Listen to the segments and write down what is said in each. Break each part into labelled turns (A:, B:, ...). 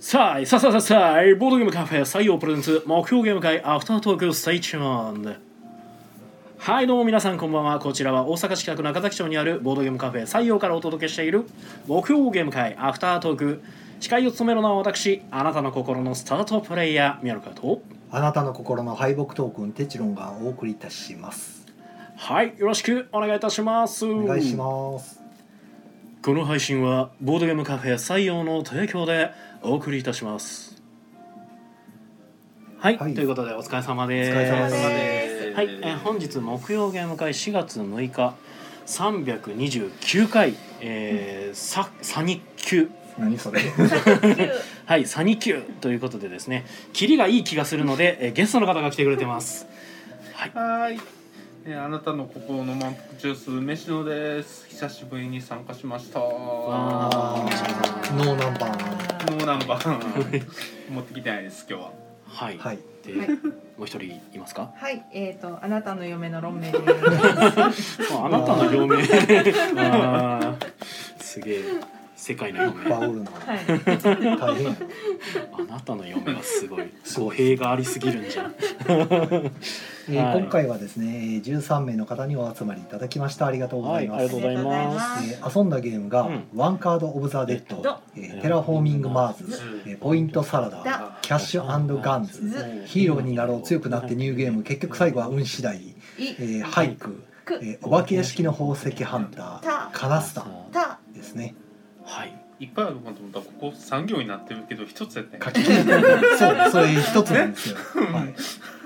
A: さあ、さあさあさあさあ、ボードゲームカフェ採用プレゼンツ、目標ゲーム会アフタートーク、ステイチューン。はい、どうも皆さんこんばんは。こちらは大阪市北区中崎町にあるボードゲームカフェ採用からお届けしている目標ゲーム会アフタートーク。司会を務めるのは私、あなたの心のスタートプレイヤー、宮野和と。
B: あなたの心の敗北トークンテチロンがお送りいたします。
A: はい、よろしくお願いいたします。
B: お願いします。
A: この配信はボードゲームカフェ採用の提供でお送りいたしますはい、
B: はい
A: ということでお疲れ様です
B: お疲れ様
C: です
A: はい、えー本日木曜ゲーム会4月6日329回、えーさサニッキュ
B: 何 それ。
A: はいサニッキュということでですねキリがいい気がするので、えーゲストの方が来てくれてます
C: はーい。えーあなたの心の満腹ジュース梅酒のです。久しぶりに参加しました。
A: わ
C: ノ
A: あ
B: ノーナンバー。
C: ーナンバー持ってきてないです今日は。
A: はい、
B: はい。
A: で
D: はい
A: もう一人いますか
D: はい、えっ、と、あなたの嫁の論名です。
A: まああなたの両名あー すげえ世界の嫁
B: バ
A: あ
B: ウルの
D: はい、
B: 大変。
A: なたの嫁はすごい語弊がありすぎるんじゃん
B: えー
A: はい
B: 今回はですね、えー13名の方にお集まりいただきました。ありがとうございま
A: はいありが
B: す。
A: とうございま
B: えー遊んだゲームが、
A: うん
B: ワンカード・オブ・ザ・デッド、えーテラフォーミング・マーズ、えーポイント・サラダ、
D: だ、
B: キャッシュガンズ、
D: ず、
B: ヒーローになろう強くなってニューゲーム、結局最後は運次第、え
D: い、
B: ー、俳句、
D: く、
B: えーお化け屋敷の宝石ハンター、
D: た
B: カナスタ
D: た、
B: ですね。
A: はい
C: いっぱいあるかと思ったらここ産業になってるけど一つやったんや
B: 書き切れそうそれ一つなんですよ、はい、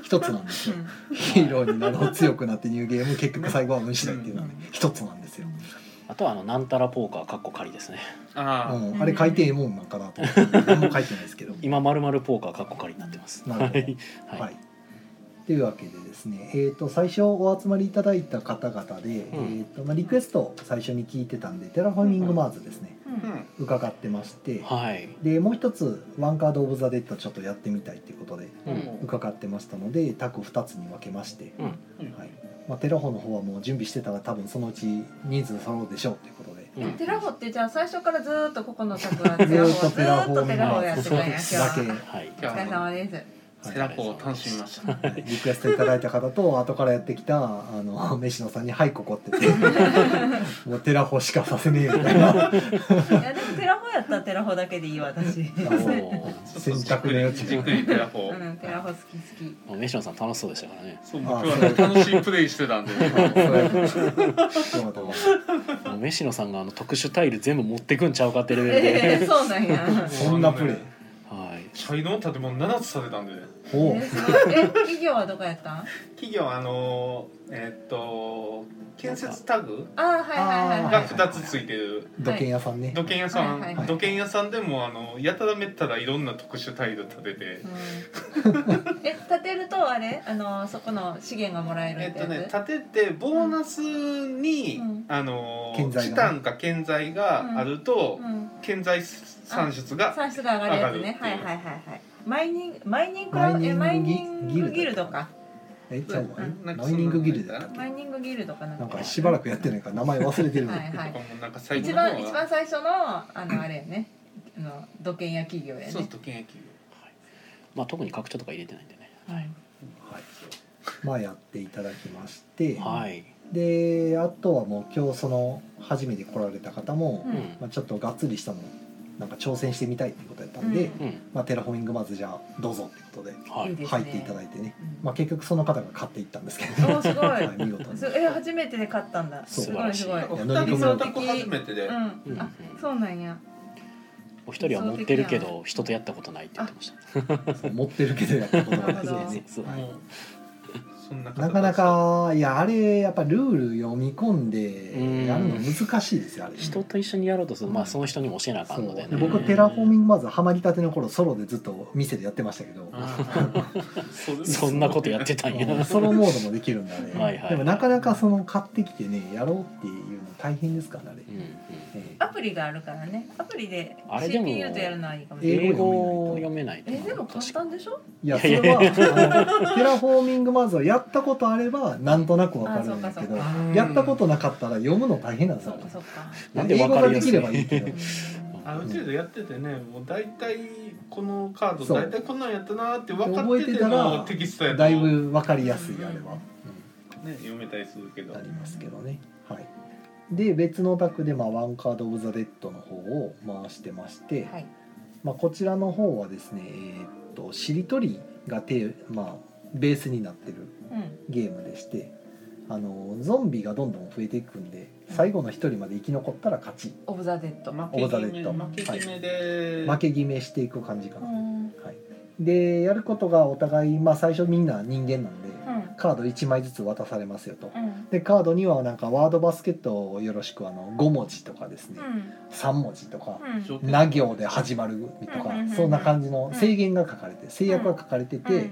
B: 一つなんです
D: う
B: よ
D: ん、
B: ヒーローになろう強くなってニューゲーム結局最後は無視だっていうのはね一つなんですよ、
A: あとはあのなんたらポーカーかっこ仮ですね
B: う
C: あ
B: ん、あれ書いてええもんなんかなと思って何も書いてないですけど
A: 今まるまるポーカーかっこ仮になってます
B: なるほど
A: はいはい、
B: はいというわけでですね、えー、と最初お集まりいただいた方々で、えーとまあ、リクエストを最初に聞いてたんでテラフォーミングマーズですね
D: う、
C: あ。うんん。
B: 伺ってまして
A: はい
B: でもう一つ「ワンカード・オブ・ザ・デッド」ちょっとやってみたいっていうことで
A: う
C: うんん。
B: 伺ってましたのでタク2つに分けまして
A: うん
B: はいまあ、テラホの方はもう準備してたら多分そのうち人数揃うでしょうということで。
A: うん
D: テラホってじゃあ最初からずーっとここの宅はテラホ、ず
B: ずーっとテラ
D: ー
B: ホ
D: っとテラホやってたんや今日
B: だけ、
D: は。
A: はい
D: お疲れ様です。
C: セラコを楽しみました。
B: はいリクエストいただいた方と後からやってきたあの飯野さんに「はいここ」って言って「もうテラホしかさせねえ」みたいない
D: やでもテラホやったらテラホだけでいいわ私。
A: おー
B: 選択の余地
C: じっくりテラフォ
D: う
C: ー。
D: ん、テラホ好き好
A: もう飯野さん楽しそうでしたからね
C: そう僕はね楽しいプレイしてたんで。
B: そうやってそうだと思う
A: もう飯野さんがあの特殊タイル全部持ってくんちゃうかってレ
D: き。
A: ベル
D: ええ
A: で、
D: そうなんや。
B: そんなプレイ
A: はい
C: 茶色の建物7つされたんでね
B: お
D: え
B: う
D: すごいえ、企業はどこやったん？あ
C: 企業あのーえーっと建設タグ
D: ー、はいはいはいは
C: が
D: い。
C: 2つついてる
B: 土建屋さんね、
C: 土建屋さん、
D: はいはい
C: 土建屋さんでもあのやたらめったらいろんな特殊態度立てて、
D: うんえ、建てるとあれ、あのそこの資源がもらえる
C: え
D: っ
C: って
D: や
C: と
D: つ。
C: ね立ててボーナスに、
D: うん
C: あの
B: 建材がね
C: チタンか建材があると、
D: うん。
C: 建材産出が
D: 算出が上がるやつね。
C: 上が
D: はい
C: るっていう
D: はいはいはい。マイニングマイニングクラブえマ
B: マ
D: イ
B: イ
D: ニ
B: ニ
D: ン
B: ン
D: グ
B: グ
D: ギ
B: ギ
D: ル
B: ル
D: ド
B: ド
D: か
B: か。えちゃうわ
C: うんなんか
B: マイニングギルドやったっ
D: マイニングギルドかな
B: け
D: ん
B: な
D: か。
B: んかしばらくやってないから名前忘れてるの、
D: はいはい。
C: なんか最後
D: 一
C: の方
D: 番一番最初のあのあれやね。あの土建や企業やね。
C: そう土建屋企業
A: まあ特に拡張とか入れてないんでね
D: はい。
B: はいまあやっていただきまして、
A: はい
B: であとはもう今日その初めて来られた方も、
D: うん
B: まあ、ちょっとがっつりしたのなんか挑戦してみたいってことやったんで、
D: うん
A: うん、
B: まあ、テラフォーミングまずじゃあどうぞってことで
A: はい
D: いいですね
B: 入っていただいてね
D: うん
B: まあ、結局その方が勝っていったんですけど、
D: おーすご
B: はい、
D: い。
B: 見事に
D: すえ初めてで買ったんだ。
B: そう
D: すごいすごい。
C: お
D: う
B: 晴
D: ん。
B: らしい
C: 二
B: い
C: 人と
B: や
C: もタコ初めてで、
A: うん
D: あそうなんや。
A: お一人は持ってるけど人とやったことないって言ってました
B: そう持ってるけどやったことないですよ
D: な
B: ね。
A: そうそう
B: はい
C: もうそんな方
B: なかなかいやあれやっぱルール読み込んでやるの難しいですよあれ
A: 人と一緒にやろうとすると、まあ、その人にも教えなあか
B: そ
A: んの
B: う
A: で,、ね、
B: で僕テラフォーミングまずハマりたての頃ソロでずっと店でやってましたけど、
C: あーそ れ
A: そんなことやってたんや、
B: うんソロモードもできるんだね
A: はいはい
B: でもなかなかその買ってきてねやろうっていうの大変ですからね、
A: うんうん
B: ええ
D: アプリがあるからね。アプリで
A: あれでも
D: CPU とやるのはいいかもしれない。
A: 英語を読めないと
D: えでも簡
A: 確か
D: 単でしょ？
B: いやそれはあのテラフォーミングまずはやったことあればなんとなくわかるんだけど
D: あそうか
B: やったことなかったら読むの大変なんです
D: そ
B: よ
D: っかそっか。
A: なんでわかりやすい
B: 英語ができればいいけど
D: うん
C: ある程度やっててね、もう大体このカード
B: そう
C: 大体こんなんやったなーって分かって
B: 覚え
C: て
B: てたら
C: のテキストやと
B: だいぶ分かりやすいあれは、
C: ね読めたりするけど
B: ありますけどね、はい、で別のタクで、まあ、ワンカード・オブ・ザ・デッドの方を回してまして、
D: はい。
B: まあ、こちらの方はですねえーっとしりとりがテー、まあ、ベースになってる
D: うん。
B: ゲームでしてあのゾンビがどんどん増えていくんで最後の1人まで生き残ったら勝ち
D: オブザデッド。
C: 負
B: オ
C: け
B: ーダーレッ
C: 決
B: ド
C: め負け決めで、
B: 負け決めしていく感じか
D: う
B: な、
D: ん。うん。
B: はい、でやることがお互い、まあ、最初みんな人間なんでカード1枚ずつ渡されますよと
D: うん。
B: でカードにはなんかワードバスケットをよろしくあの5文字とかですね、3文字とか
D: うん。
C: 条件
B: な行で始まるとか、
D: うんうんうんうん
B: そんな感じの制限が書かれて、制約が書かれてて、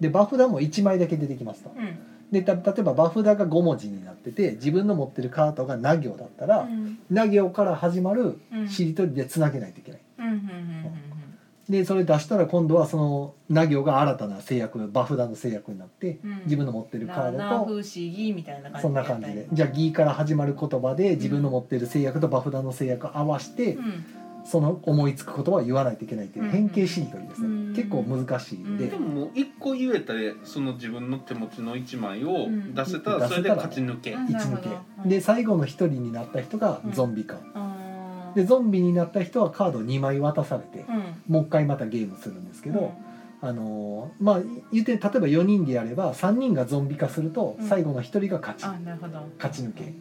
B: でバフダも1枚だけ出てきますと
D: うん。うん。
B: でた例えばバフダが5文字になってて自分の持ってるカードがな行だったら、な行から始まる
D: うん。
B: しりとりでつなげないといけない。
D: うん。うん。うん。
B: でそれ出したら今度はそのな行が新たな制約バフダの制約になって
D: うん
B: 自分の持って
D: う
B: る
D: ん。
B: カード
D: 七不
B: と
D: 思議みたいな感じ。
B: そんな感じでじゃあ「ギ」から始まる言葉で自分の持ってる制約とバフダの制約を合わせて
D: うん。
B: その思いつく言葉を言わないといけないっていう変形しりとりです
D: うん
B: ね結構難しいんで
C: でももう一個言えたらその自分の手持ちの一枚を
D: うん
C: 出せた
B: 出
C: ら
B: せたら
C: それで勝ち抜け、
D: うん
B: 一抜
D: なるほ
B: け
D: ど
B: で最後の一人になった人がゾンビ化
D: あー
B: でゾンビになった人はカード2枚渡されて
D: うん。
B: もう一回またゲームするんですけど、あのーまあ言って例えば4人でやれば3人がゾンビ化すると
D: うん
B: 最後の1人が勝ち、
D: あ、なるほど。
B: 勝ち抜け
D: うん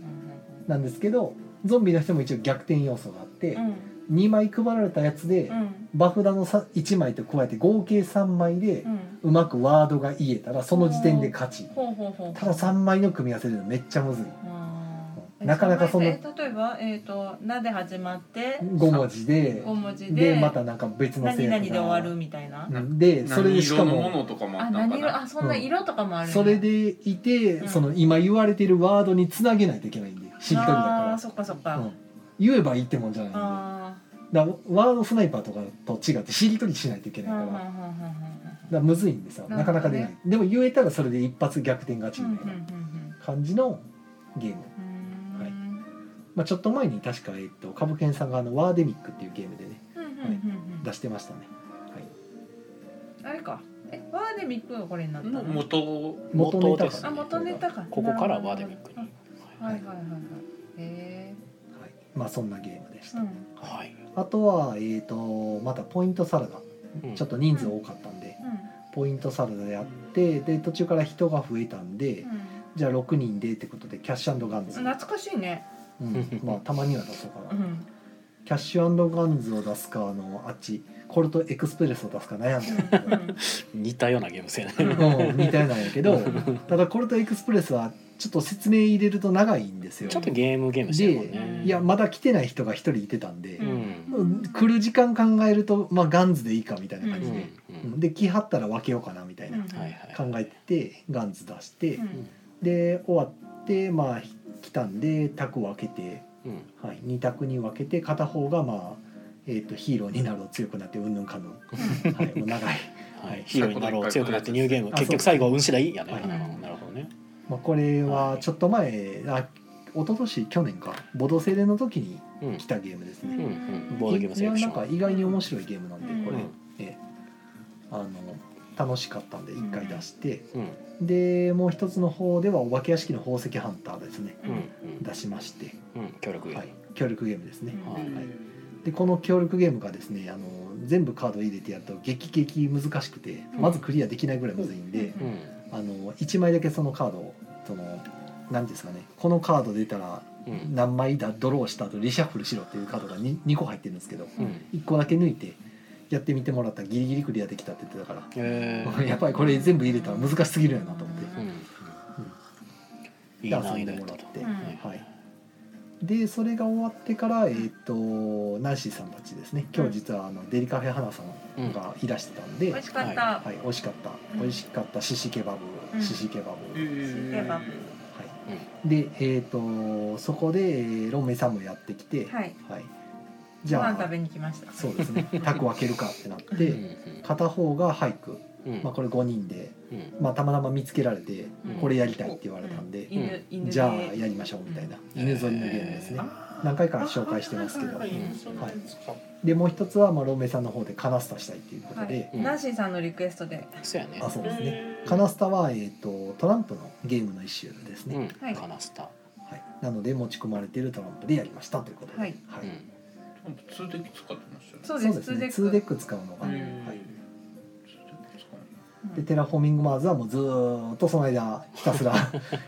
B: なんですけどゾンビの人も一応逆転要素があって
D: う、ん。
B: 2枚配られたやつで、
D: うん。
B: バフダのさ1枚と加えて合計3枚で
D: う、ん。
B: うまくワードが言えたらその時点で勝ち、
D: ほうほうほう。
B: ただ3枚の組み合わせでめっちゃむずい
D: あー。
B: なかなかその
D: え例えば、えっと、なで始まって。
B: 5文字で
D: 五文字
B: で
D: で。
B: またなんか別の
D: 何
B: 制
D: 々
B: 約
D: で終わるみたいな。
B: うんでそれ
C: 何
B: でしか
C: 色の
B: も
C: ものとかもあ
D: あ、
C: ったん
D: 何
C: か
D: 色、
C: な
D: あ、そんな色とかもあるんや。
B: それでいて、
D: うん
B: その今言われてるワードにつなげないといけないんでしりとりだ
D: あ
B: か、
D: ーそっかそっから
B: うん、言えばいいってもんじゃないんで
D: あ
B: だからワードスナイパーとかと違ってしりとりしないといけ
D: ー
B: ないから,、
D: うんうんうん
B: だか
D: うん
B: らむずいんですよな,、
D: なるほ
B: か
D: どね
B: なか出ないでも言えたらそれで一発逆転勝ち
D: うんうん
B: みたいな感じのゲーム、
D: うんうん
B: はいまあ、ちょっと前に確か、えっと、カブケンさんがあのワーデミックっていうゲームでね
D: うんうんうん
B: 出してましたね、はい、
D: うんあれかえワーデミックがこれになった
C: もう
D: の
C: 元
B: 元ネタか
D: あ元ネタか
A: ここからワーデミックに
D: なるほどはいはいはいはいへ
B: はい、まあそんなゲームでし
D: え
B: た、
D: うん
A: はい、
B: あとは、えー、とまたポイントサラダ
A: うん
B: ちょっと人数多かったんで、ポイントサラダやってで途中から人が増えたんで、
D: うん
B: じゃあ6人でってことでキャッシュガンズ、
D: 懐かしいね
B: うんまあたまには出そうかな、
D: うん
B: キャッシュガンズを出すかあのあっちコルトエクスプレスを出すか悩んでるけど
A: 似たようなゲーム性ね
B: うん似たようなんやけどただコルトエクスプレスはちょっと説明入れると長いんですよ
A: ちょっとゲームゲームしてるもんね
B: いやまだ来てない人が1人いてたんで
A: う、
D: うん
B: うん来る時間考えると、まあ、ガンズでいいかみたいな
A: う
B: 感
A: んう
B: じで、うん
A: ん
B: で来はったら分けようかなみたいな、
D: うん
A: はいはい
B: 考えててガンズ出して、
D: うん
B: で終わってまあひ来たんで卓を分けて、
A: うん
B: はい、2択に分けて片方がまあ、えー、とヒーローになろう強くなってうんぬんかんぬん、はい、もう長い、
A: はい、ヒーローになろう強くなってニューゲーム
B: あ
A: 結局最後は運次第やね、
B: はい
A: うんなるほどね
B: まあ、これはちょっと前あ一昨年去年かボドセレの時に
A: うん
B: 来たゲームです
D: う
B: ね、
A: うん
D: ん
A: ボードゲーム
B: い
A: セレ
B: や
A: クシ
B: な
A: ョ
B: ん
A: ン
B: か意外に面白いゲームなんでこ
A: う
B: れ、
A: ん
B: ええあの楽しかったんで1回出して、
A: うん
B: でもう一つの方ではお化け屋敷の宝石ハンターですね
A: うん
B: 出しまして、
A: うんうん協力ゲーム、
B: はい、協力ゲームですね、
A: はい
B: でこの協力ゲームがですねあの全部カード入れてやると激激難しくて
D: うん
B: まずクリアできないぐらいむずいんで、
A: うん
B: あの1枚だけそのカードをその何ですかねこのカード出たら
A: うん
B: 何枚だドローした後リシャッフルしろっていうカードが 2, 2個入ってるんですけど
A: うん
B: 1個だけ抜いてやってみてもらったらギリギリクリアできたって言ってたから、
A: えー
B: やっぱりこれ全部入れたら難しすぎるやなと思って。
A: うんうんいい
B: で
A: な
B: 遊
A: いい
B: んで
A: なやっ
B: もら
A: た
B: っ
A: と
B: て、
D: うん
B: はい、でそれが終わってから、えー、とナンシーさんたちですね今日実はあのデリカフェ花さんがいらしてたんで、
D: 美味しかった
B: はい、美味しかった、
D: うん
B: 美味しかったシシケバ
D: う
B: ブ
D: ん
B: シシケバブ、はい
D: ケバブ
B: でえっ、とそこでえーロンメイさんもやってきて、
D: はい
B: じ
D: ご
B: ゃ
D: 飯食
B: あ
D: べに来ました
B: そうです ねタク分けるかってなって、
A: うん
B: 片方が俳句、
A: うんうん
B: まあ、これ5人で、
A: うん
B: まあ、たまたま見つけられて
D: うん
B: これやりたいって言われたんで、
D: 犬犬
B: じゃあ
D: で
B: やりましょうみたいな犬ぞりのゲームですね、何回か紹介してますけど、
C: はいはいはい
A: うん
C: そうなんですか
B: でもう一つはまあロメさんの方でカナスタしたいということ
D: は
B: で
D: い、、
A: うん
D: ナンシーさんのリクエストで
A: そうやね
B: あそうですね
D: うん
B: カナスタは、えー、とトランプのゲームの一種ですね、
A: うん、
D: はい
A: カナスタ、
B: はい、なので持ち込まれているトランプでやりましたということで、
D: はい
A: うん
C: 通的使ってましたよね
D: そう
B: そ
D: で
B: うですすね
D: ツー
B: 2
D: デ
B: デ
D: ッ
B: ック使うのが、
D: う
B: は
D: ん
B: い、
D: ク
B: でテラフォーミングマーズはもうずーっとその間ひたすら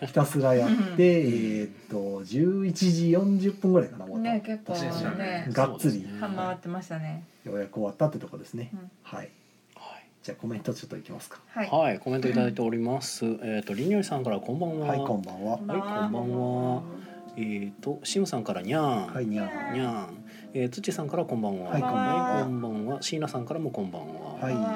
B: ひたすらやって、えっと11時40分ぐらいかな終わった、
D: ね結構
C: そうですよ
D: ね
C: ね
B: がっつり
A: そうですね
D: ハマってましたね
B: ようやく終わったってとこですね、
D: うん
B: はい
A: はい
B: じゃあコメントちょっといきますか
D: はい
A: はい、コメントいただいております。えっ、と、りにょりさんからこんばんは。
B: はいこんばんは
A: はいこんばんはえっ、と、しむさんからにゃーん。
B: はいにゃ
D: は
B: ー
A: にゃーん。えー、つっちーさんからこんばんは。
B: はいこんばんは
A: はいこんばんは。椎名さんからもこんばんは。
B: はいこんば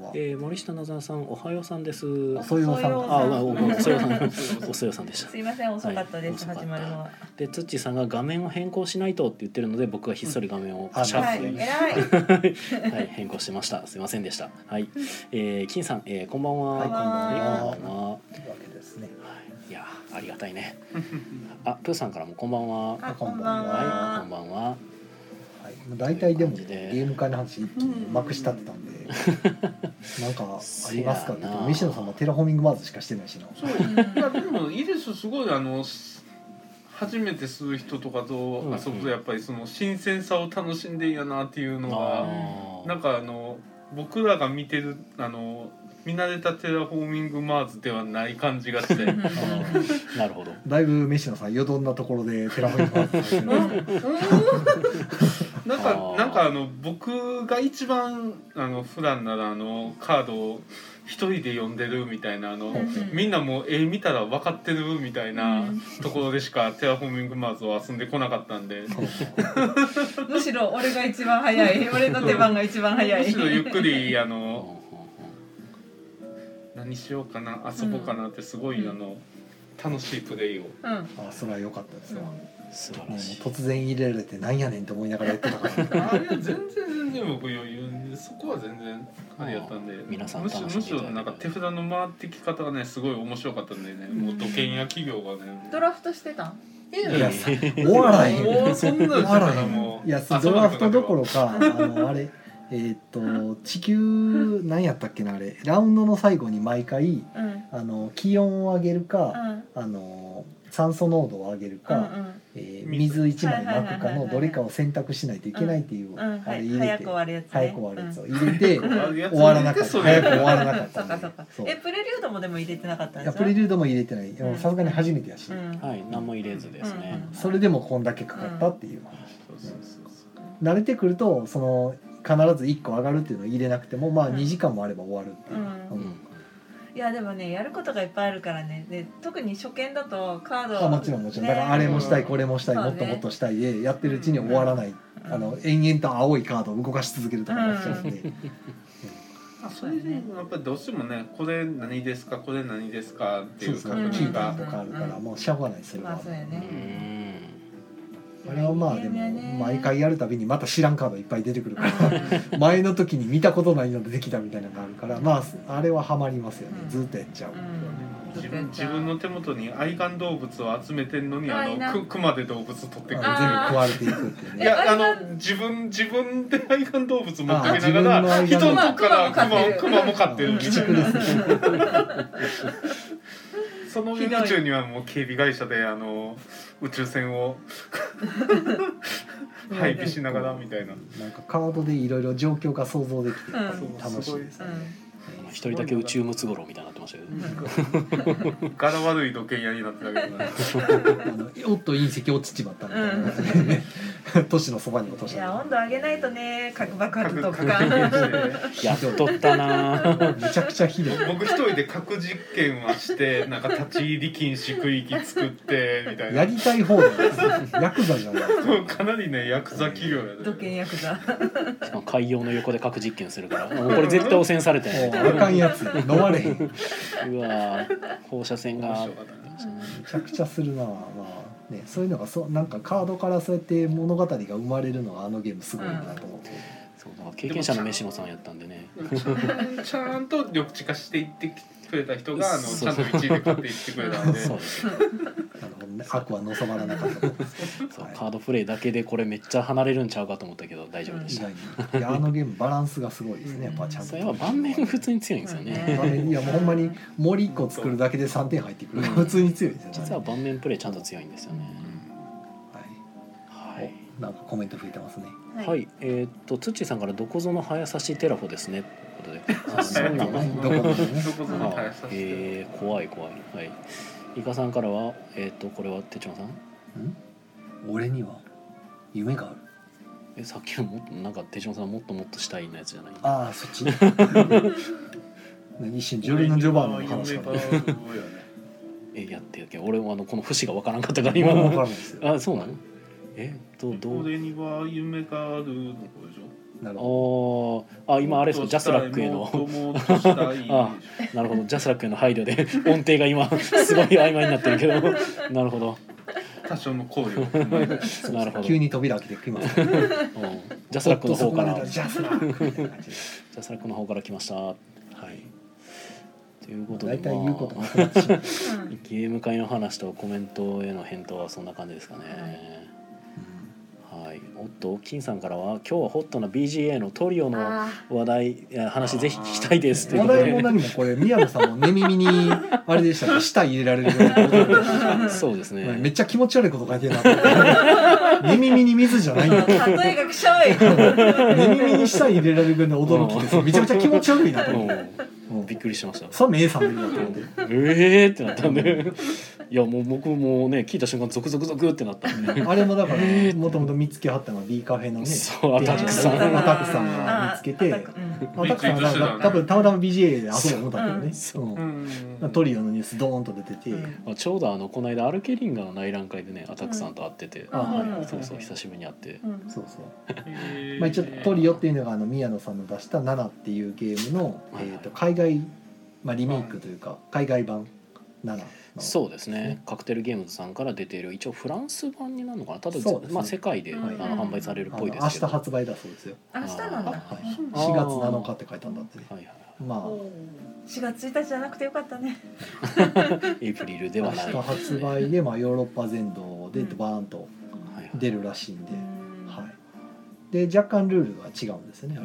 B: んは、
A: えー、森下なさん、おはようさんです。
B: あそういうおさん
A: あ、
B: か
A: おおおそよさん、おそよさんでした
D: す。いません遅かったです、
A: はい
D: 始まるのは
A: で、つっちーさんが画面を変更しないとって言ってるので、僕がひっそり画面を
B: あ
A: シャ
B: な
A: ー
D: はい
A: プで
D: 偉 い
A: はい、変更してました。すいませんでした。はい、えー、金さん、えー、こんばんは。
B: はいこんばん
A: は
B: はい
A: こんばんは。
B: というわけですね
A: いやー、ありがたいね。あ、プーさんからもこんばんは。
D: あ
B: あ
D: こ
B: こ
D: ん
B: ん
D: ば
B: ば
D: ん
B: ん
A: はい、
D: は
A: こんばんは。
B: はい、もう大体でも
A: とい
B: ゲ
A: う感じで
B: ーム会の話一気にまくし立ってたん でなんかありますか
A: せやな
B: ね西野さんはテラフォーミングマーズしかしてないしな
C: そういやでもいいですよすごいあのす初めてする人とかと遊ぶ
A: うんう
C: と
A: ん
C: やっぱりその新鮮さを楽しんでんやなっていうのが
A: あー
C: なんかあの僕らが見てるあの見慣れたテラフォーミングマーズではない感じがしてうん
B: あー
A: なるほど。
B: だいぶ飯野さんよどんなところでテラフォーミングマーズをしてるんです けど
C: なん
A: あ
C: か
A: ー
C: なんかあの僕が一番あの普段ならあのカードを一人で読んでるみたいなあの
D: うん
C: みんなもう絵見たら分かってるみたいな
D: うん
C: ところでしかテラフォーミングマーズを遊んでこなかったんで。
D: むしろ俺が一番 早い俺の手番が一番早い
C: むしろゆっくりあ
A: うん うん
C: の
A: うん
C: 何しようかな遊ぼうかなってすごい、
D: うん
C: あの楽しいプレイを
D: うん、うん
B: あそれは良かったですわ、
A: 素晴
B: もう
A: らしい。
B: 突然入れられてなんやねんと思いながらやって たから
C: あいや全然全然僕余裕にそこは全然あれやったんで
A: 皆さん
C: むし
A: 楽しんで
C: む
A: い
C: した
A: だい
C: ろ
A: てね
C: なんか手札の回ってき方がねすごい面白かったんでねもう土建や企業がね
D: ドラフトしてたん
B: いやさ終わらへん
C: もうそんな
B: 終
C: んして
B: わ
C: た
B: ら
C: ら
B: へ
C: も
B: ん
C: う
B: いやドラフトどころかあのあれえーっと地球なんやったっけなあれラウンドの最後に毎回
D: うんうん
B: あの気温を上げる
D: う
B: か、
D: ん
B: あの酸素濃度を上げる
D: う
B: か、
D: ん
B: えー
C: 水
B: 水1枚まくかのどれかを選択しないといけないっていう、
D: うん
B: あ
D: は
B: れ
D: い
B: 入れ
D: 早
B: て
D: く終わるやつね
B: 早く終わるやつを入れて
D: ん
B: 終
C: やつ
B: わらなかっ
C: そ
B: た
C: れ
B: 早く終わらなかった
D: そっかそっか
B: そう
D: えプレリュードもでも入れてなかったん
B: い
D: で
B: や
D: す
B: プレリュードも入れてないいやさすがに初めてやし、
D: うん
A: はい、何も入れずですね。
B: それでもこんだけかかったっていう、
C: そうそうそうそう
B: 慣れてくるとその必ず1個上がるっていうのを入れなくてもまあ
D: うん
B: 2時間もあれば終わるっていう、
D: うん
A: うん
D: いやでもねやることがいっぱいあるからねで特に初見だとカード
B: あもちろんもちろんだからあれもしたいこれもしたい、
D: そうね
B: もっともっとしたいでやってるうちに終わらない、あの延々と青いカードを動かし続けるとかなっちゃうんで、
C: あそれでやっぱりどうしてもねこれ何ですかこれ何ですかって
B: そ
C: いうう
B: そう
C: 確
B: キー
D: ん
C: 認
B: パー
C: が
B: とかあるからもうしょうがないそれ
D: まあ
B: は、
D: そうや
A: う
D: ね
A: ん
B: あれはまあでも毎回やるたびにまた知らんカードいっぱい出てくるから前の時に見たことないのでできたみたいなのがあるからまああれはハマりますよね
D: うん
B: ずっとやっちゃう、
C: 自分自分の手元に愛玩動物を集めてんのにあ
D: あいいな
C: のく熊で動物取ってくる
D: あ
B: あの全部食われていくっていう
C: い
B: ね
C: やあの自分自分で愛玩動物持ってきな
B: あ
C: がら
B: 自
C: 人
B: 分の
C: のとこから
D: 熊
C: 熊を熊も飼ってる
B: 鬼
C: みたい
B: 畜ですね
C: なその上宇宙にはもう警備会社であの宇宙船を 配備しながらみたいな
B: なんかカードでいろいろ状況が想像できて
D: うん
B: 楽しいですね、
A: 一人だけ宇宙ムツゴロウみたいになってましたけど、ね。
C: 柄悪い時計屋になってたけどね
B: あのおっと隕石落ちちまったみたいな感じでね、都市のそばに落とし
D: い
B: た
D: や温度上げないとね核爆発
C: 核
D: と
C: 核
D: か
C: 実験して
A: やっとったな。
B: めちゃくちゃひどい
C: 僕一人で核実験はしてなんか立ち入り禁止区域作ってみたい
B: や
C: な
B: りたい方なんですよヤクザじゃないです
C: そうかなりねヤクザ企業や
D: 土建
C: ね
D: ヤクザ
A: しかも海洋の横で核実験するから、もうこれ絶対汚染されてない。
B: もうあかんやつ飲まれへん
A: う
B: め
A: わー、放射線
C: 面
A: が
C: 白。かったね
B: ちゃくちゃするなまあねそういうのがそうなんかカードからそうやって物語が生まれるのがあのゲームすごいなと思って、
A: そうだから経験者の飯野さんやったんでね。
C: ちゃんと緑地化していってくれた人があの
A: そう
C: ちゃんと1位で買っていってくれたんで
A: そうですね。
B: なるほど悪はのさばらなかったと思います
A: そう
B: はい
A: カードプレイだけでこれめっちゃ離れるんちゃうかと思ったけど大丈夫でし
B: い
A: た、
B: やいやあのゲームバランスがすごいですねやっぱちゃんと
A: それは盤面普通に強いんですよね、
B: 盤面いやもうほんまに森一個作るだけで3点入ってくるから
A: うん
B: 普通に強いですよね
A: 実は盤面プレイちゃんと強いんですよね、
B: は
A: はい
B: い、おなんかコメント増えてますね
D: はい
A: はい、えーっと土さんからどこぞの早差しテラフォですねということであ
B: そうなの
A: ね
B: どこでもね
C: どこぞの
A: あ
C: 林さんして
A: えー、怖い怖いはいイカさんからはえーっとこれはてちまさん
B: ん俺には夢がある
A: えさっきのもっとなんか手嶋さんもっともっとしたいなやつじゃない
B: ああそっち 何一瞬ジョル
C: 俺
B: ノ・
C: の
B: ジョ
C: 序
B: バ
C: 盤
B: ーニの話かな
C: の話かな
A: えやってやっけ俺もあのこの節がわからんかったから
B: 今
A: 今
B: もわ
A: の
B: からないですよ
A: あそうなのえっとどう
C: 俺には夢があるのこれでしょ
B: なるほ
A: あーあ今あれですねジャスラックへ
C: もっと
A: の
C: もっとしたい
A: あなるほどジャスラックへの配慮で音程が今すごい曖昧になってるけどなるほど、
C: 多少の考慮を踏ま えて
B: ど
A: なるほど
B: 急に扉開けてき ますね
A: うんジャスラックの方か
B: ホッ
A: ら
B: トチョコレートジャスラックみたいな感じで
A: ジャスラックの方から来ましたはいということで
B: 大体
A: まあ
B: 言うことなくなってしまう
D: うん
A: ゲーム会の話とコメントへの返答はそんな感じですかね、はい、おっと金さんからは「今日はホットな BGA のトリオの
D: あ
A: 話題いや話ぜひ聞きたいです」という
B: 話
A: こと
B: 題も
A: で
B: 何もこれ宮野さんも寝耳にあれでしたね舌入れられるようなことだ った
A: そうですね、
B: めっちゃ気持ち悪いこと書いてるなと思って寝耳に水じゃないんだ
D: ー例えがくしょ い。
B: 寝耳に舌入れられるぐらいの驚きですめちゃめちゃ気持ち悪いなと思って
A: うん、びっくりしました
B: さあ目覚めるなと思って
A: ええー、ってなったんでいやもう僕もね聞いた瞬間ゾクゾクゾクってなったんで
B: あれもだからもともと見つけはったのは B カフェのね
A: そうアタックさん
B: アタックさんが見つけて
D: あーアタックうん
B: アタックさんはだから多分たまたま BGA で遊ぼうと思ったけどね
A: そう
B: うん
C: うん
B: トリオのニュースドーンと出てて、
D: うん
A: まあ、ちょうどあのこの間アルケリンガの内覧会でねアタックさんと会ってて、
B: あはい
A: そうそう久しぶりに会って、
D: うん
B: そうそう、
C: えー
B: まあ、一応トリオっていうのがあの宮野さんの出した「ナナ」っていうゲームの、
A: はいはい
B: えー、と海外、まあ、リメイクというか海外版「ナナ」
A: そうですねカクテルゲームズさんから出ている一応フランス版になるのかなただ、
B: そうですね
A: まあ、世界で、
D: はい
A: あの販売されるっ
B: あ
A: ぽ
B: の
A: い
B: 明
A: で
B: 日
A: すけど
B: 発売だそうですよ、
D: 明日なんだ。
B: はい、
A: あー
B: 4月7日って書いたんだってね
A: はいはい
B: ま
D: 4月1日じゃなくてよかったね。
A: はいエイプリルでは
B: あ
A: ない
B: 明日発売で、まあ、ヨーロッパ全土で
D: うん
B: バーンと
A: はいはい
B: 出るらしいんで、
D: うん
B: はい、で若干ルールが違うんですよねあ
D: う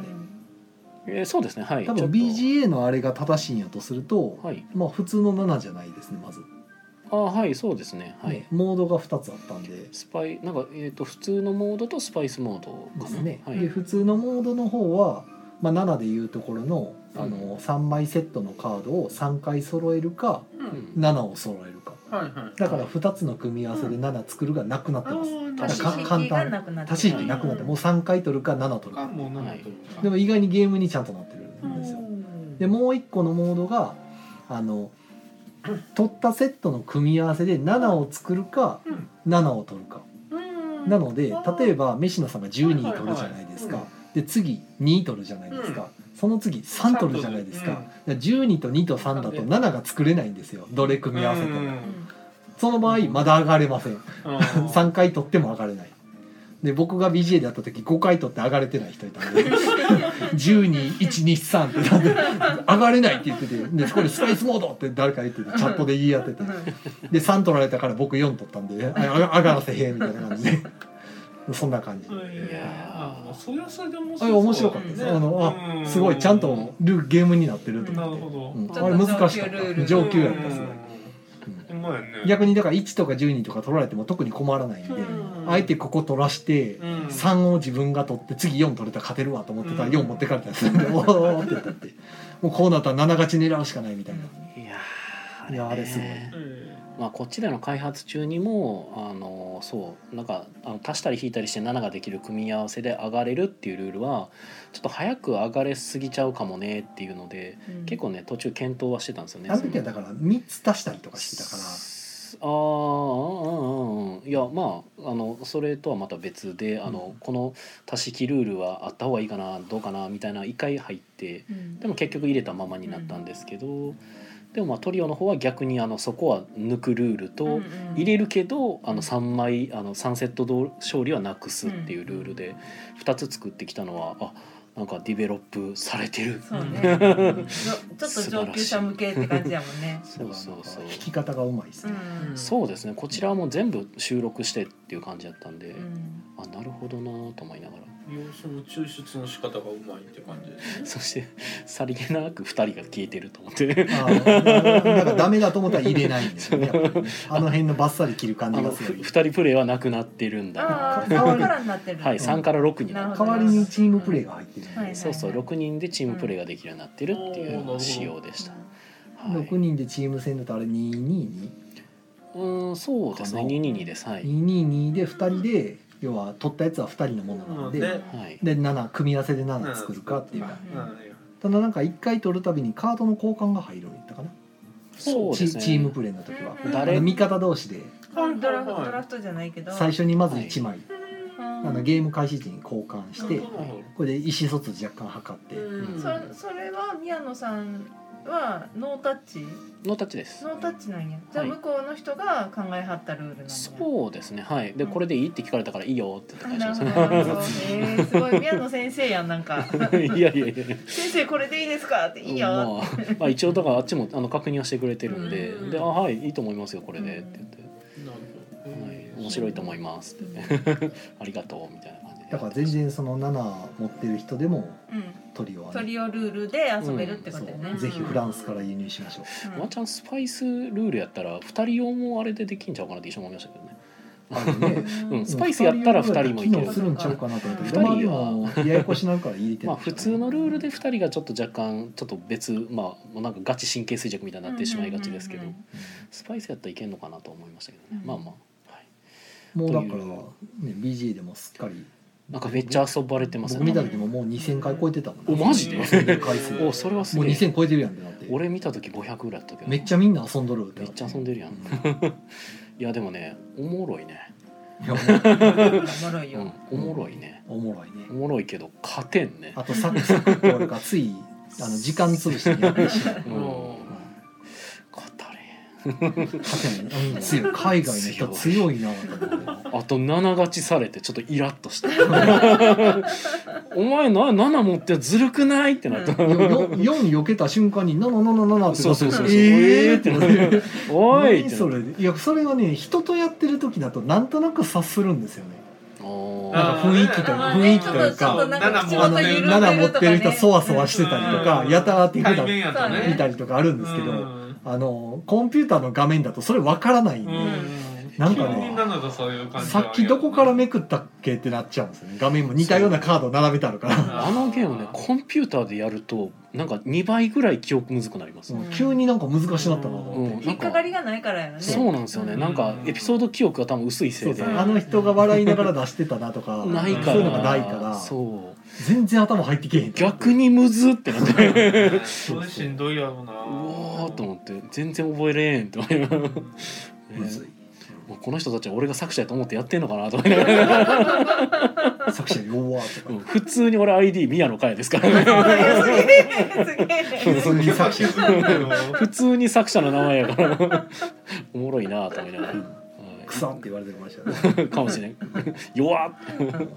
B: れ、
D: ん
A: えーそうですねはい
B: 多
A: ちょっ
B: 分
A: と
B: BGA のあれが正しいんやとすると、
A: はい
B: まあ普通の7じゃないですねまず、
A: あはいそうですねはい、
B: ねモードが2つあったんで
A: スパイなんか、えー、と普通のモードとスパイスモード
B: で
A: か
B: す
A: な、
B: ね、
A: はい
B: で普通のモードの方は、まあ、7でいうところのあ
A: う
B: の3枚セットのカードを3回揃えるか
C: うん
B: 7を揃えるか
C: はいはい
B: だから2つの組み合わせで7作るがなくなってます、
C: あ
D: 足
C: ー
D: し
B: か
D: 引
B: 簡
D: きが
B: 単
D: なくなってる。
B: 足し引きなくなってもう3回取るか7取る
C: か
B: か
C: もな
A: はい
B: でも意外にゲームにちゃんとなってるんですよでもう一個のモードがあの取ったセットの組み合わせで7を作るか
C: うん
B: 7を取るか
D: うん
B: なので
D: あー
B: 例えば飯野さんが12取るじゃないですか、
C: はいは
B: で次2取るじゃないですか、その次3取るじゃないですか、だから12と2と3だと7が作れないんですよどれ組み合わせても、
D: うん
B: その場合まだ上がれません3回取っても上がれないで僕が BGA でやった時5回取って上がれてない人いたんで12123ってなんで上がれないって言っててでそこでスパイスモードって誰か言っててチャットで言い合っててで3取られたから僕4取ったんでああ上がらせへんみたいな感じでそんな感じ
C: い
A: いや
C: や
A: ー
C: ーそれはそれで面
B: あ
C: 白
B: れ
C: い
B: 面白かったです、あのあすごいちゃんとルールゲームになってると
C: なる
B: 思って、
C: ほ
B: うん
D: ち
B: あ
D: ょっ
B: れ
D: と
B: 難しかった
D: 上級ルール
B: 上
C: ど
B: 級やったっすね、うん
C: うんほんまやね
B: 逆にだから1とか12とか取られても特に困らないんで、
C: うん
B: あえてここ取らして、
C: うん
B: 3を自分が取って次4取れたら勝てるわと思ってたら
C: うん
B: 4持ってかれたりするんで、おーって言ったってもうこうなったら7勝ち狙うしかないみたいな、
A: いやー
B: いやあれすごい
C: え
A: まあ、こっちでの開発中にもあのそうなんかあの足したり引いたりして7ができる組み合わせで上がれるっていうルールはちょっと早く上がれすぎちゃうかもねっていうので
D: うん
A: 結構ね途中検討はしてたんですよね。
B: あの時はだから3つ足したりとかしてたから
A: あーうんうんうんいやまああのそれとはまた別であの、
B: うん
A: この足し引きルールはあった方がいいかなどうかなみたいな一回入って
D: うん
A: でも結局入れたままになったんですけど、でもまあトリオの方は逆にあのそこは抜くルールと、
D: うんうん
A: 入れるけどあ
D: う
A: の
D: ん
A: 3枚あの3セット勝利はなくすっていうルールで2つ作ってきたのはあなんかディベロップされてる
D: そうね。ちょ
B: うん
D: ちょっと上級者向けって感じやもんね。
A: そうそうそう
B: 弾き方がうまいです
D: う
B: ね、
D: ん。
A: そうですねこちらはもう全部収録してっていう感じだったんで、
D: うん。
A: あなるほどなと思いながら
E: 要素の抽出の仕方がうまいって感じですね
A: そしてさりげなく2人が消えてると思って
B: あーなんかダメだと思ったら入 れないんですよねやっぱりねあの辺のバッサリ切る
A: あ
B: 感じが
A: の
B: すごい
A: 2人プレイはなくなってるんだ
D: ああ、三からになってる。
A: はい3から6になる
D: なる
B: 代わりにチームプレーが入ってるんで、
D: はいはい
A: そうそう6人でチームプレイができるようになってるってい
E: おーなるほ
A: う
E: ど
A: 仕様でした、はい、
B: 6人でチーム戦だとあれ222
A: うんそうですね
B: かな
A: 222ですはい、
B: 222で2人で要は取ったやつは2人のものなので、
C: なので
A: はい、
B: で7組み合わせで7作るかっていう、
C: うん
B: ただなんか1回取るたびにカードの交換が入るようになったかな、
A: そうで
B: チ
A: すね
B: チームプレーの時は
D: うん
B: あ
A: 誰
B: の味方同士で
D: うんドラフトドラフトじゃないけど。
B: 最初にまず1枚、
D: うん
B: あのゲーム開始時に交換して、
E: なるほど
B: これで意思疎通若干測って、
E: うん
D: そそれは宮野さんはノータッチ
A: ノータッチです
D: ノータッチなんやじゃあ
A: はい
D: 向こうの人が考えはったルールなんや
A: そうですねはいで
D: うん
A: これでいいって聞かれたからいいよって言った
D: な
A: 感
D: る
A: じで
D: ほどなるほどえーすごい宮野先生やんなんか
A: すね いやいやいや
D: 先生これでいいですかっていいよ
A: まあ、まあ一応だからあっちもあの確認はしてくれてるんで「
E: うん
A: であはいいいと思いますよこれで」って言って「
E: な
A: は
E: る
A: い、
E: ほど
A: 面白いと思います」って言って「ありがとう」みたいな感じで
B: だから全然その7持ってる人でも
D: うん
B: トリオは
D: ト
B: ね、
D: リオルールで遊べるってことよね
B: そうぜひフランスから輸入しましょう、
D: うん
A: ワンチャンスパイスルールやったら2人用もあれでできんちゃうかなって一瞬思いましたけどね
B: あのね
A: う
D: う ん
A: スパイスやったら二人もいける
B: 機能するんちゃうかなと思って
A: 二
B: 二
A: 人
B: 人もややこしなんから入れて
A: まあ普通のルールで2人がちょっと若干ちょっと別まあもうなんかガチ神経衰弱みたいになってしまいがちですけど
D: うんうんうん
A: スパイスやったらいけんのかなと思いましたけどね
D: うん
A: まあまあはい
B: もうだから
A: という
B: ね BGA でもすっかり
A: なんかめっちゃ遊ばれてます
B: 僕見た時ももう2000回超えてたもんね
A: おマジで
B: 回数
A: おそれはす
B: もう
A: げえ
B: 2000超えてるやんってなって
A: 俺見た時500ぐらいだったけど
B: めっちゃみんな遊んどるって
A: めっちゃ遊んでるやんいやでもねおもろいね
B: いやもう
D: おもろいよ
A: うんおもろいね
B: おもろいね
A: おもろいけど勝てんね
B: あとサクサクって俺がついあの時間潰してやるし
A: うん
E: おー
A: 勝たれへん
B: 勝てないうん強い海外の人強いなと思って
A: あと7勝ちされてちょっとイラッと したお前な7持ってずるくないってなった
B: 4避けた瞬間に「777」って
A: そうそうそうそう
B: え
A: え
B: え
A: ー
B: っ
A: ってて
B: な
A: な
B: っ
A: ってておいっ
B: 何
A: て
B: そ
A: な
B: れいやそれがね人とやってる時だとなんとなく察するんですよね
A: おー
B: なんか雰囲気と
D: あー
B: 雰囲気という
D: ちょっとちょっと
B: か
D: なんか口
B: あの
D: 元緩んでるとか
B: 7
D: ね
B: 持ってる人そわそわしてたりとか
C: うん
B: やたら手札
C: 対面やと
D: そう
B: 見
D: ね
C: ね
B: たりとかあるんですけ
C: う
B: ど
C: ん
B: あのコンピューターの画面だとそれわからないん
C: う
B: で
C: ん
B: なんかね
C: 急に七とそういう感じは
B: さっきどこからめくったっけってなっちゃうんですよね画面も似たようなカード並べてあるから
A: あのゲームねコンピューターでやるとなんか2倍ぐらい記憶むずくなります、
B: う
D: うん
B: ん急になんか難しくなったなと
A: う
B: 思って
A: ん、な
D: 引
A: ん
D: っか
A: か
D: かりがないからやね
A: そうなんですよね、
D: うん
A: なんかエピソード記憶が多分薄いせ
B: そう
A: いで
B: そう
A: な
B: あの人が笑いながら出してたなとか
A: いから
B: そういうのがないから
A: そう
B: 全然頭入ってけへん
A: 逆にむずってなってう
C: それしんどいやろうな
A: わーと思って全然覚えれんって思いながらね
B: むずい
A: もうこの人たちは俺が作者やと思ってやってんのかなと思いながら、
B: 作者弱ー
A: う
B: とか
A: ん普通に俺 ID 宮野会ですからね
D: すげえすげえ
B: 普通に
C: さっ
B: 作
C: き
B: 者
C: 言ったけど
A: 普通に作者の名前やからおもろいなと思いながら、
B: クソンって言われてましたね
A: はい、かもしれん弱っ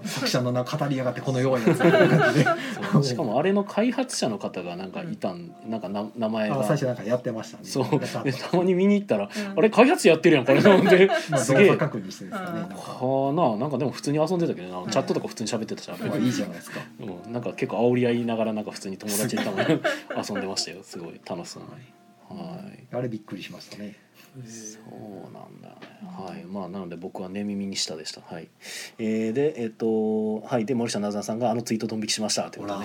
B: 作者の名語りやがってこの弱いやつみたいな 感じで
A: そうしかもあれの開発者の方がなんかいたん、なんかな名前
B: あ
A: が
B: 最初なんかやってましたね
A: そう
B: なんか
A: でたまに見に行ったら、
D: うん
A: あれ開発者やってるやん これなんで
B: まあ
A: す
B: 動
A: げえ
B: 画
A: は
B: 確認してですかねなんか
A: あななんかでも普通に遊んでたけどな、チャットとか普通に喋ってたじゃん、
B: なんかいいじゃないですか
A: うん、なんか結構煽り合いながらなんか普通に友達でたまに 遊んでましたよすごい楽しそうにはい
B: あれびっくりしましたね
A: そうなんだね。はい、まあ、なので、僕は寝耳にしたでした。はい。えー、で、えっ、と、はい、で、森下なずなさんがあのツイートドン引きしましたって
B: ほ
A: こと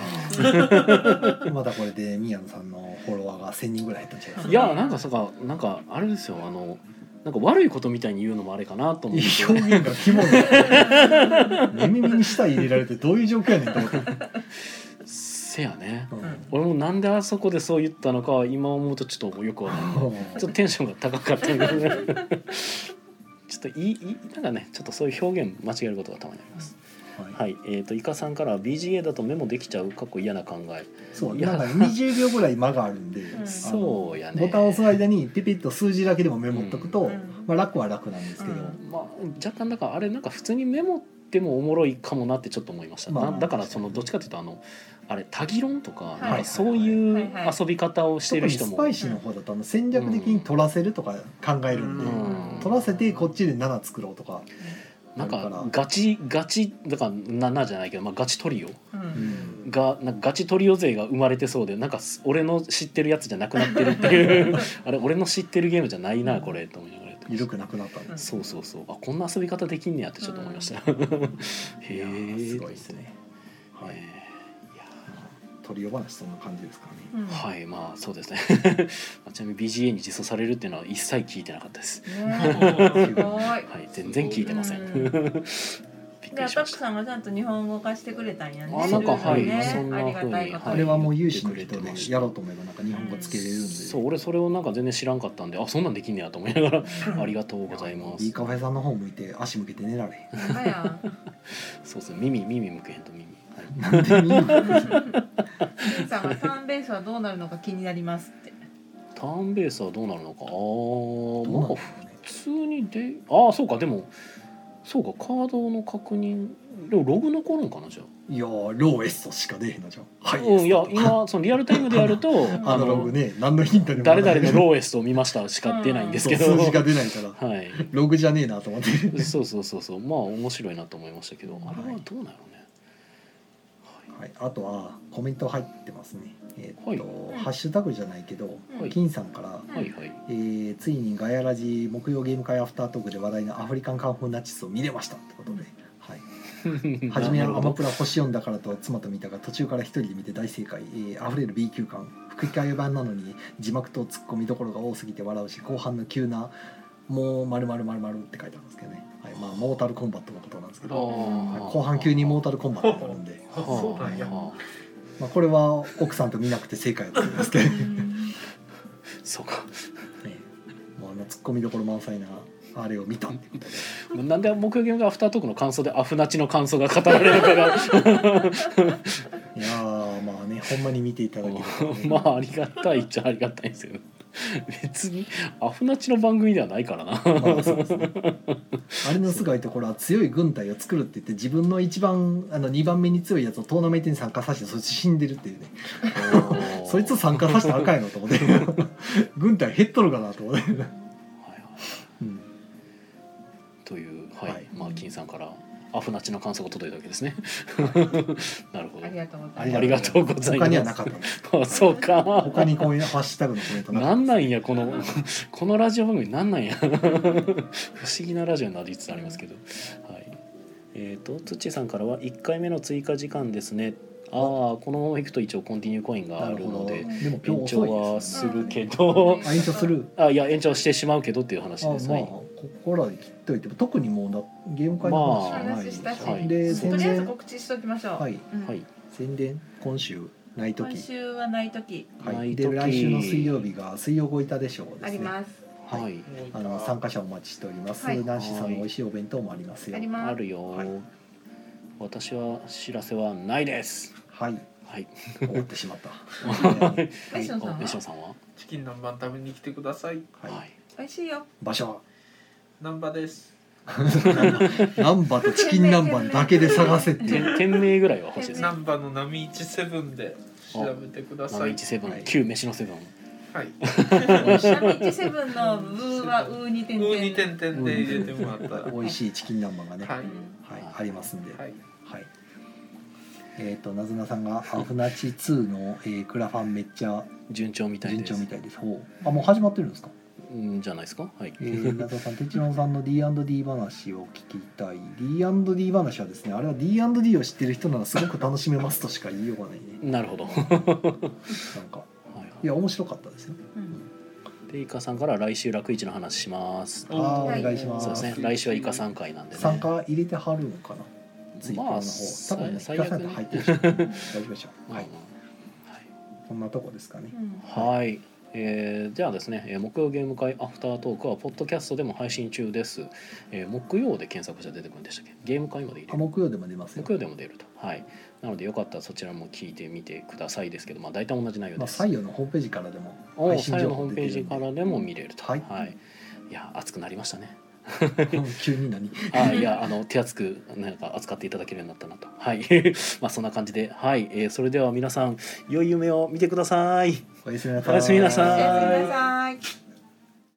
B: ら
A: ね。
B: またこれで宮野さんのフォロワーが1000人ぐらい減ったんじゃない
A: いや、なんか、そうか、なんか、あれですよ、あの。なんか悪いことみたいに言うのもあれかなと思っ
B: で
A: て。
B: すか表現が肝で寝耳に舌入れられてどういう状況やねんと思って、
A: せやね。
B: うん
A: 俺もなんであそこでそう言ったのかは今思うとちょっとよくわかんない。ちょっとテンションが高かったんだけどね。ちょっといいいいなんかねちょっとそういう表現間違えることがたまにあります。
B: はい、
A: はい、えっ、とイカさんからは BGA だとメモできちゃう過去嫌な考え。
B: そう
A: いや
B: なんか20秒ぐらい間があるんで、
D: ん
B: あの
A: そうやね
B: ボタンを押す間にピピッと数字だけでもメモっとくと、
D: うん
B: まあ、楽は楽なんですけど、
D: うん
A: まあ、若干だからあれなんか普通にメモってもおもろいかもなってちょっと思いました、
B: まあ
A: なだからそのどっちかというとあのあれタギロンとか,、
D: い
A: なんかそういう遊び方をして
B: 特
A: る
B: に
A: 人
B: ス
A: も、
B: パイシーの方だとあの戦略的に取らせるとか考えるんで、
C: う
A: うん
B: 取らせてこっちで7作ろうとか、
A: なん
B: ある
A: か
B: から
A: ガチガチだからななじゃないけど、まあ、ガチトリオ
D: うん
A: がなんかガチトリオ勢が生まれてそうでなんかす俺の知ってるやつじゃなくなってるっていう あれ俺の知ってるゲームじゃないなこれと思いながらやってました
B: 緩くなくなったんで
A: そうそうそうあこんな遊び方できんねやってちょっと思いました、 へえ
B: すごいですね、
A: は
B: はいい、取り呼ばなしそんな感じですかね
D: うん
A: はいまあそうですね まあちなみに BGA に実装されるっていうのは一切聞いてなかったです
D: ね すごい。
A: はい全然聞いてません、
D: う
A: びっく
D: で、
A: り
D: ア
A: し
D: タッ
A: ま
D: ク
A: した
D: さんがちゃんと日本語化してくれたんやね。
A: あなんかはい
D: ルールをね
A: そんな
D: ありがたいこと
A: はい
B: あれ
D: に。
B: はもう有志の人でやろうと思えばなんか日本語つけれるんで、
A: そう俺それをなんか全然知らんかったんであそんなんできんねやと思いながらありがとうございます
B: いいカフェさんの方向いて足向けて寝られへ
D: ほんまや
A: そうですね耳耳向けへんと耳はい
B: んなんで見んの
D: シンさんが三ベースはどうなるのか気になりますって。
A: ターンベースはどうなるのかあ
B: ど
A: あ
B: う
A: ま
B: なの
A: あ普通にでああそうかでもそうかカードの確認でもログ残るんかなじゃあ
B: いやーローエストしか出えへんなじゃんはい、
A: うん、いや今そのリアルタイムでや ると
B: ア
A: あ
B: ナログ
A: の
B: ね何のヒントにもなら
A: 誰
B: ない
A: 々のローエストを見ましたしか出ないんですけど、
B: そう数字が出ないから
A: はい
B: ログじゃねえなと 思って
A: そうそうそうそうまあ面白いなと思いましたけどあれはどうなのね、
B: はい、あとはコメント入ってますね。えーっと、
D: はい
B: ハッシュタグじゃないけど、
D: はい
B: 金さんから、
D: うん
A: はい、はいはい
B: えーついにガヤラジ木曜ゲーム会アフタートークで話題のアフリカンカンフーナチスを見れましたってことで。はい、初めはアマプラ星4だからと妻と見たが途中から一人で見て大正解、えー、溢れる B 級感吹き替え版なのに字幕とツッコミどころが多すぎて笑うし後半の急な「もう〇〇〇〇って書いてあるんですけどね、はいまあ、モータルコンバットのことなんですけ
A: あ
B: どはい
A: ー
B: 後半急にモータルコンバットになるんで。
C: あそうなんや
A: はあ
B: まあ、これは奥さんと見なくて正解だと思いますけど、
D: う
B: ね、
D: ん
A: そうか
B: もうあのツッコミどころ満載なあれを見たってことで
A: なんで木曜ゲームがアフタートークの感想でアフナチの感想が語られるかが
B: いやーまあねほんまに見ていただけると、 ね、
A: まあありがたいっちゃありがたいんですけど別にアフナチの番組ではないから な
B: まあそうですね あれのすごいところは強い軍隊を作るって言って自分の一番あの2番目に強いやつをトーナメントに参加させてそいつ死んでるっていうねそいつ参加させたらあかんやろと思って 軍隊減っとるかなと思って、
A: はいはい
B: うん、
A: という、はい
B: はい
A: まあ、金さんからアフナチの感想が届いたわけですね。 なるほど
D: ありがとうござ
A: あ
D: いま
A: りがとうございます
B: 他にはなかったです。
A: あそうか
B: 他にこういうハッシュタグのコメントなかっ
A: な
B: た
A: んなんやこの このラジオ番組なんなんや 不思議なラジオになりつつありますけど、はい、えっ、とつっちーさんからは1回目の追加時間ですねああこのままいくと一応コンティニューコインがあ
B: な
A: る
B: るほ
A: の
B: ど
A: で
B: でも今日
A: 延長
B: 遅い
A: は
B: です
A: す
B: ね
A: るけど、
D: うん
B: あ延長する
A: あいや延長してしまうけどっていう話
B: あま
A: で
B: あ
A: すね、
B: ここらで切っといても特にもうなゲーム会の話じゃない
D: 話したし
A: はい
B: で
D: と
B: 宣
D: りあえず
B: 伝
D: 告知しときましょう。
B: はい
D: うん
A: はい
B: 宣伝今週ない
D: 今
B: 時
D: 週はない時
B: は
A: ない
B: い
A: 時
B: で来週の水曜日が水曜ごいたでしょう
D: あ
B: です
D: り
B: ね
D: ます。
A: はい、
B: はあの参加者お待ちしております
D: はい
B: ナンシーさんの美味しいお弁当もありますよ
D: ありま
A: あ
D: す。
A: るよ、
B: はい
A: 私は知らせはないです
B: はい
A: はい
B: 終わってしまったはい
D: メッションさん
A: お
D: は
A: ションさんは
C: チキン南蛮食べに来てください
A: は
B: はい
D: 美味しいよ。
B: 場所は
C: 南波です
B: ナンバとチキン南蛮だけで探せっていう
A: 店店名ぐらいは欲しいですね
C: 南波の波一セブンで調べてくださ
A: 七
C: い
A: 一セブ
B: は
A: ン
B: い
A: 旧飯のセブン
C: はい
B: 美味しい
D: ラミッチセブンのブーはウーに点
C: う
D: 々。
C: ーに点々で入れてもらったら
B: 美味しいチキン南蛮がね
C: は
B: はい
D: う
B: い
D: ん
B: ありますんで
C: はい
B: はい。えっ、となずなさんがアフナチ2の、えークラファンめっちゃ
A: 順調みたい
B: 順
A: です
B: 調みたいです。ほうあもう始まってるんですか。
A: うんじゃないですかはい、
B: えー、なずなさん、てちろんさんの D&D 話を聞きたい。D&D 話はですね、あれは D&D を知ってる人ならすごく楽しめますとしか言いようがないね。
A: なるほどは
B: なんか
A: い
B: いや面白かったですよ。
D: うん
A: でイカさんから来週楽市の話します
B: ああお
D: はい
B: 願いしま
A: そうです
B: す。
A: ね来週はイカさん会なんでね
B: 参加入れてはるのかな。ツイッターの
A: まあ
B: 方、多分ね、
A: 最
B: 聞かさんと入ってるでしょ。大丈夫でしょう。
A: は
B: はいい、、こんなとこですかね。
D: うん
A: はいえー、じゃあですね、えー木曜ゲーム会アフタートークはポッドキャストでも配信中です、えー木曜で検索したら出てくるんでしたっけゲーム会まで入れ
B: あ木曜でも出ますよ
A: 木。曜でも出るとはいなのでよかったらそちらも聞いてみてくださいですけどまあ大体同じ内容
B: まあ、
A: です、
B: 採用のホームページからでも
A: お
B: 配信
A: 最後
B: 情
A: のホー
B: 報
A: ム
B: 出
A: ペ
B: て
A: ージ
B: るん
A: か
B: で
A: らでも見れると
B: はい
A: いや熱くなりましたね
B: 急 に何
A: あいやあの手厚くなんか扱っていただけるようになったなとはい まあそんな感じではい、えーそれでは皆さん良い夢を見てください
B: おやすみなさ
A: おやすみなさい
D: おやすみなさい。